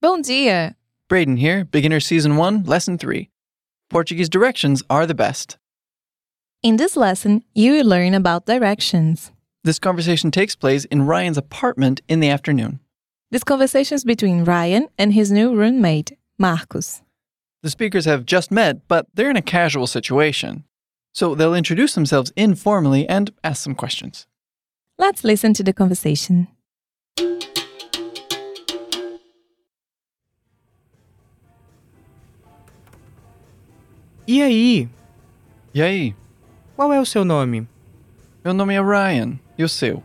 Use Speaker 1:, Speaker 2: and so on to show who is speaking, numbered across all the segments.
Speaker 1: Bom dia.
Speaker 2: Braden here, beginner season 1, lesson 3. Portuguese directions are the best.
Speaker 1: In this lesson, you will learn about directions.
Speaker 2: This conversation takes place in Ryan's apartment in the afternoon.
Speaker 1: This conversation is between Ryan and his new roommate, Marcus.
Speaker 2: The speakers have just met, but they're in a casual situation. So they'll introduce themselves informally and ask some questions.
Speaker 1: Let's listen to the conversation.
Speaker 3: E aí,
Speaker 2: E aí?
Speaker 3: qual é o seu nome?
Speaker 2: Meu nome é Ryan. E o seu?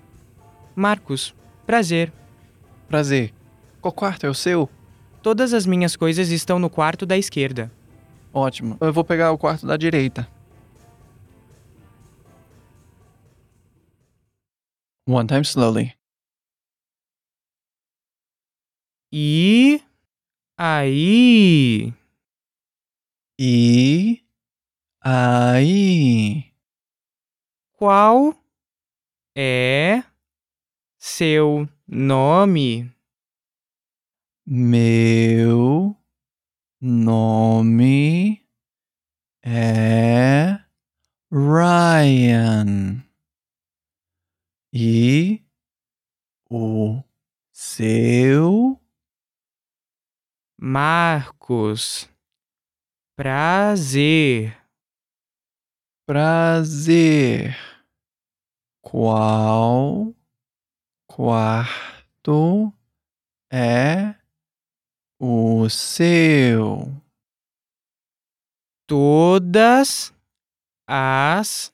Speaker 3: Marcos, prazer.
Speaker 2: Prazer. Qual quarto é o seu?
Speaker 3: Todas as minhas coisas estão no quarto da esquerda.
Speaker 2: Ótimo. Eu vou pegar o quarto da direita. One time slowly.
Speaker 3: E. Aí.
Speaker 2: E aí?
Speaker 3: Qual é seu nome?
Speaker 2: Meu nome é Ryan. E o seu
Speaker 3: Marcos. Prazer.
Speaker 2: prazer. Qual quarto é o seu?
Speaker 3: Todas as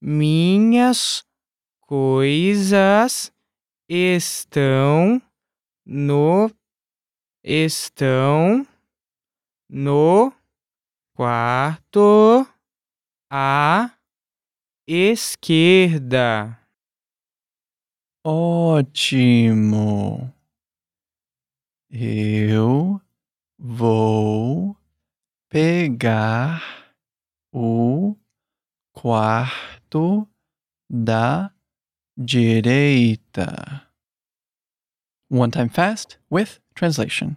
Speaker 3: minhas coisas estão no estão no quarto à esquerda.
Speaker 2: Ótimo. Eu vou pegar o quarto da direita. One time fast with translation.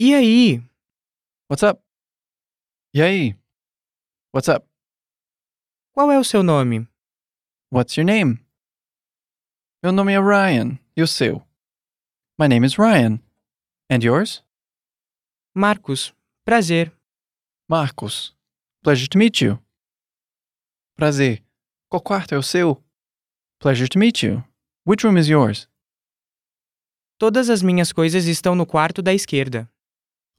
Speaker 3: E aí?
Speaker 2: What's up? E aí? What's up?
Speaker 3: Qual é o seu nome?
Speaker 2: What's your name? Meu nome é Ryan. E o seu? My name is Ryan. And yours?
Speaker 3: Marcos. Prazer.
Speaker 2: Marcos. Pleasure to meet you. Prazer. Qual quarto é o seu? Pleasure to meet you. Which room is yours?
Speaker 3: Todas as minhas coisas estão no quarto da esquerda.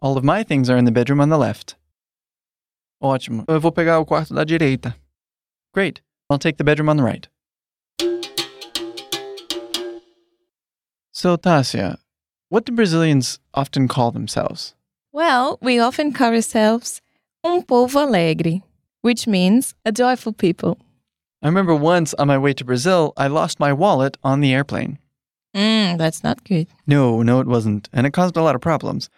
Speaker 2: All of my things are in the bedroom on the left. Ótimo. Eu vou pegar o quarto da direita. Great. I'll take the bedroom on the right. So, Tasia, what do Brazilians often call themselves?
Speaker 1: Well, we often call ourselves um povo alegre, which means a joyful people.
Speaker 2: I remember once on my way to Brazil, I lost my wallet on the airplane.
Speaker 1: Mm, that's not good.
Speaker 2: No, no, it wasn't, and it caused a lot of problems.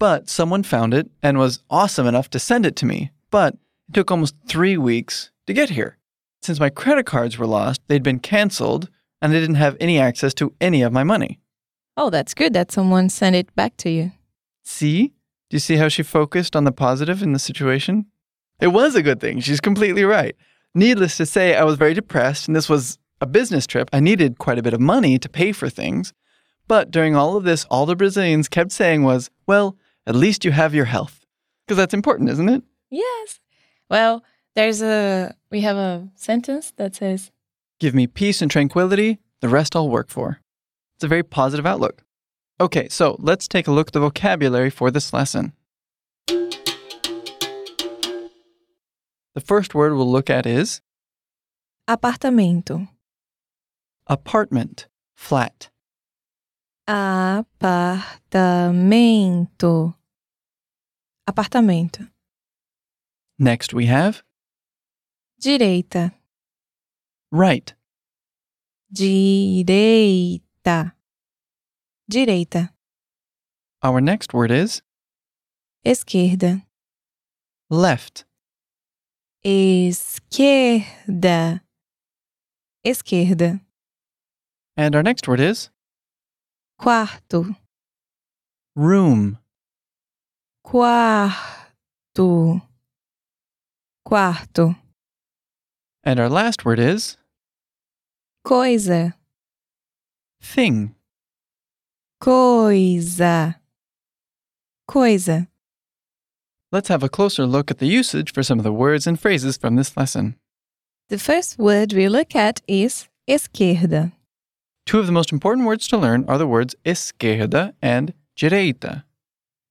Speaker 2: But someone found it and was awesome enough to send it to me. But it took almost three weeks to get here. Since my credit cards were lost, they'd been canceled, and I didn't have any access to any of my money.
Speaker 1: Oh, that's good that someone sent it back to you.
Speaker 2: See? Do you see how she focused on the positive in the situation? It was a good thing. She's completely right. Needless to say, I was very depressed, and this was a business trip. I needed quite a bit of money to pay for things. But during all of this, all the Brazilians kept saying was, well, at least you have your health. Because that's important, isn't it?
Speaker 1: Yes. Well, there's a we have a sentence that says,
Speaker 2: Give me peace and tranquility, the rest I'll work for. It's a very positive outlook. Okay, so let's take a look at the vocabulary for this lesson. The first word we'll look at is
Speaker 1: apartamento.
Speaker 2: apartment, flat,
Speaker 1: Apartamento. Apartamento.
Speaker 2: Next we have
Speaker 1: Direita.
Speaker 2: right,
Speaker 1: Direita. Direita.
Speaker 2: our next word is
Speaker 1: Esquerda.
Speaker 2: left,
Speaker 1: Esquerda. Esquerda.
Speaker 2: and our next word is
Speaker 1: Quarto.
Speaker 2: Room.
Speaker 1: Quarto. Quarto.
Speaker 2: And our last word is
Speaker 1: Coisa.
Speaker 2: thing.
Speaker 1: Coisa. Coisa.
Speaker 2: Let's have a closer look at the usage for some of the words and phrases from this lesson.
Speaker 1: The first word we look at is esquerda.
Speaker 2: Two of the most important words to learn are the words esquerda and direita.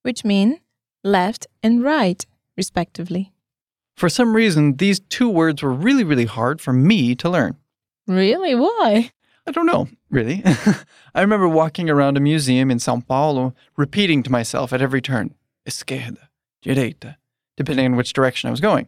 Speaker 1: which mean left and right, respectively.
Speaker 2: For some reason, these two words were really, really hard for me to learn.
Speaker 1: Really? Why?
Speaker 2: I don't know, really. I remember walking around a museum in Sao Paulo, repeating to myself at every turn, esquerda, direita, depending on which direction I was going.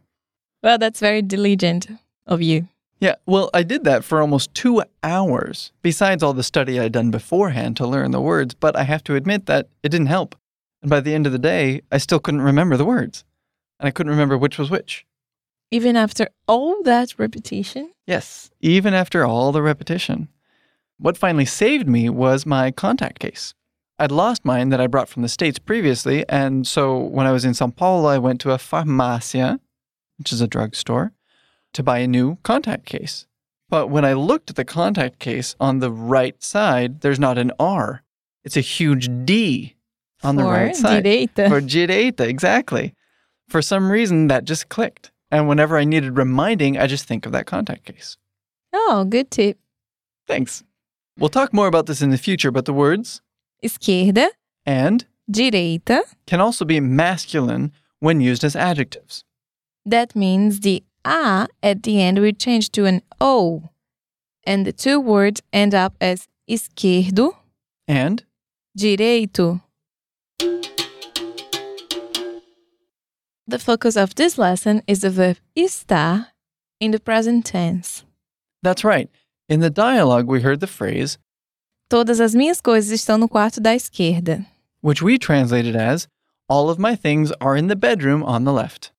Speaker 1: Well, that's very diligent of you.
Speaker 2: Yeah, well, I did that for almost two hours, besides all the study I'd done beforehand to learn the words, but I have to admit that it didn't help. And by the end of the day, I still couldn't remember the words. And I couldn't remember which was which.
Speaker 1: Even after all that repetition,
Speaker 2: Yes, even after all the repetition. What finally saved me was my contact case. I'd lost mine that I brought from the States previously, and so when I was in Sao Paulo, I went to a farmácia, which is a drugstore, to buy a new contact case. But when I looked at the contact case on the right side, there's not an R. It's a huge D on the
Speaker 1: for
Speaker 2: right side.
Speaker 1: direita.
Speaker 2: For direita, exactly. For some reason, that just clicked. And whenever I needed reminding, I just think of that contact case.
Speaker 1: Oh, good tip.
Speaker 2: Thanks. We'll talk more about this in the future, but the words
Speaker 1: Esquerda,
Speaker 2: and
Speaker 1: direita.
Speaker 2: can also be masculine when used as adjectives.
Speaker 1: That means the a at the end will change to an o, and the two words end up as esquerdo,
Speaker 2: And
Speaker 1: direito. The focus of this lesson is the verb estar in the present tense.
Speaker 2: that's right. In the dialogue, we heard the phrase,
Speaker 1: Todas as minhas coisas estão no quarto da esquerda.
Speaker 2: which we translated as, all of my things are in the bedroom on the left.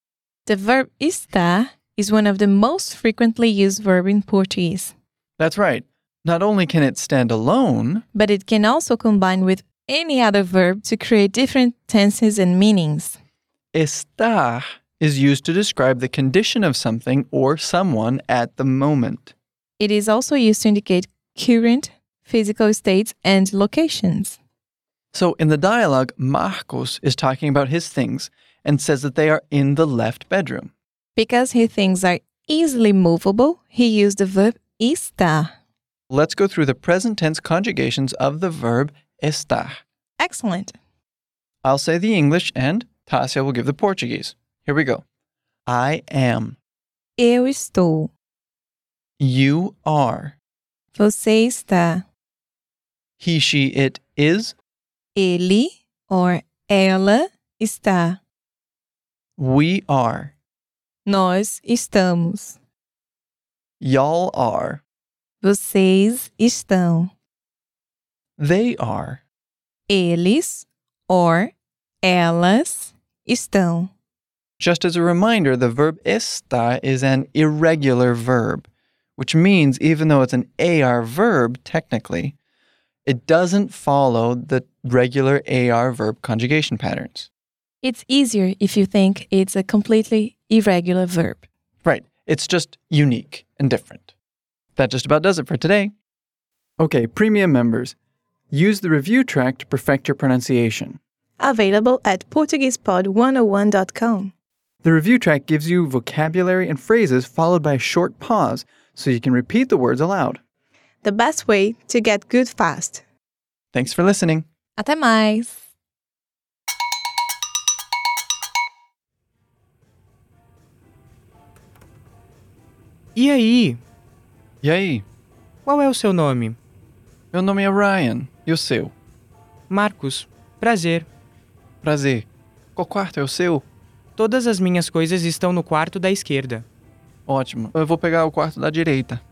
Speaker 1: The verb estar is one of the most frequently used verb in Portuguese,
Speaker 2: That's right. Not only can it stand alone,
Speaker 1: but it can also combine with any other verb to create different tenses and meanings.
Speaker 2: estar is used to describe the condition of something or someone at the moment.
Speaker 1: It is also used to indicate current physical states and locations.
Speaker 2: So in the dialogue, Marcos is talking about his things and says that they are in the left bedroom.
Speaker 1: Because his things are easily movable, he used the verb estar.
Speaker 2: Let's go through the present tense conjugations of the verb estar.
Speaker 1: Excellent.
Speaker 2: I'll say the English and Tasia will give the Portuguese. Here we go. I am.
Speaker 1: Eu estou.
Speaker 2: You are.
Speaker 1: Você está.
Speaker 2: He, she, it is.
Speaker 1: Ele or ela está.
Speaker 2: We are.
Speaker 1: Nós estamos.
Speaker 2: Y'all are.
Speaker 1: Vocês estão.
Speaker 2: They are.
Speaker 1: Eles or elas estão.
Speaker 2: Just as a reminder, the verb está is an irregular verb, which means even though it's an AR verb technically, it doesn't follow the regular AR verb conjugation patterns.
Speaker 1: It's easier if you think it's a completely irregular verb.
Speaker 2: Right. It's just unique and different. That just about does it for today. Okay, premium members, use the review track to perfect your pronunciation.
Speaker 1: Available at PortuguesePod101.com.
Speaker 2: The review track gives you vocabulary and phrases followed by a short pause so you can repeat the words aloud.
Speaker 4: the best way to get good fast.
Speaker 2: Thanks for listening.
Speaker 1: Até mais!
Speaker 3: E aí?
Speaker 2: E aí?
Speaker 3: Qual é o seu nome?
Speaker 2: Meu nome é Ryan. E o seu?
Speaker 3: Marcos. Prazer.
Speaker 2: Prazer. Qual quarto é o seu?
Speaker 3: Todas as minhas coisas estão no quarto da esquerda.
Speaker 2: Ótimo. Eu vou pegar o quarto da direita.